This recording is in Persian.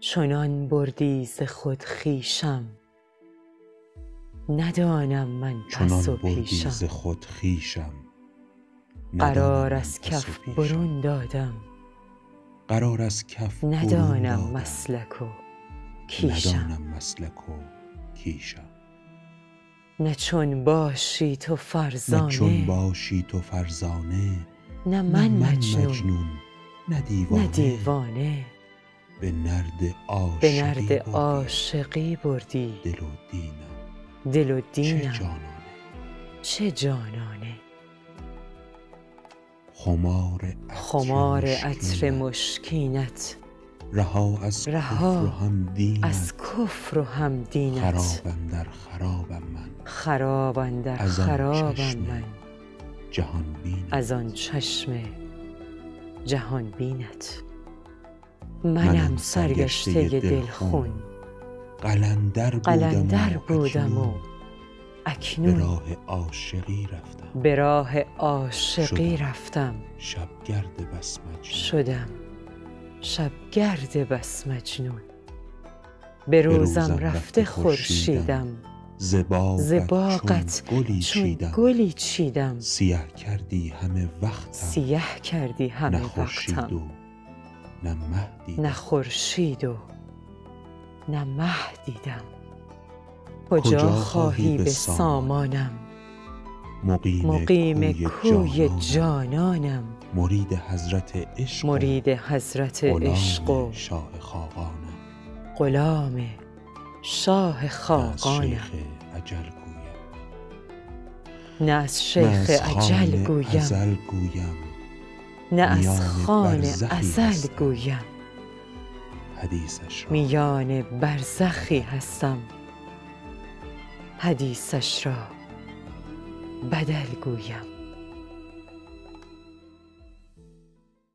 چنان بردی ز خود خویشم ندانم من پس چنان و بردی ز پیشم خود خویشم ندانم قرار من از پس و کف پیشم. برون دادم قرار از کف برون ندانم دادم. مسلک و کیشم ندانم مسلک و کیشم نه چون باشی تو نه چون فرزانه باشی تو فرزانه نه نه من من مجنون مجنون نه دیوانه, نه دیوانه به نرد به عاشقی نرد بردی. عاشقی بردی دل و دینم دل و چه دینم جانانه چه جانانه خمار عطر خمار عطر مشکینم. مشکینت رها از رها کفر و هم دینم از کفر و هم دینت خرابم در خرابم من خرابم در از آن خرابم چشم من جهان بینم از آن چشم جهان بینت منم سرگشته دلخون قلندر بودم قلندر و بودم و اکنون به اکنون راه عاشقی رفتم به راه عاشقی شدم. رفتم شبگرد بس مجنون شدم شبگرد بس مجنون به روزم روزم رفته رفته خورشیدم خورشیدم. ز باغت ز باغت چون گلی چون چیدم گلی چیدم سیه کردی همه وقتم سیه کردی نه همه خورشید وقتم و نه مه دیدم. نه خورشید و نه مه دیدم کجا کجا خواهی خواهی به به سامانم؟ سامانم مقیم, مقیم کوی جانانم. جانانم مرید حضرت عشق و مرید حضرت غلام عشق و شاه خاقانم غلام شاه نه از خاقانم شیخ اجل گویم نه از نه شیخ از عجل خان گویم ازل گویم نه از میان خان برزخی ازل هستم. گویم حدیثش را میان برزخی هستم حدیثش را بدل گویم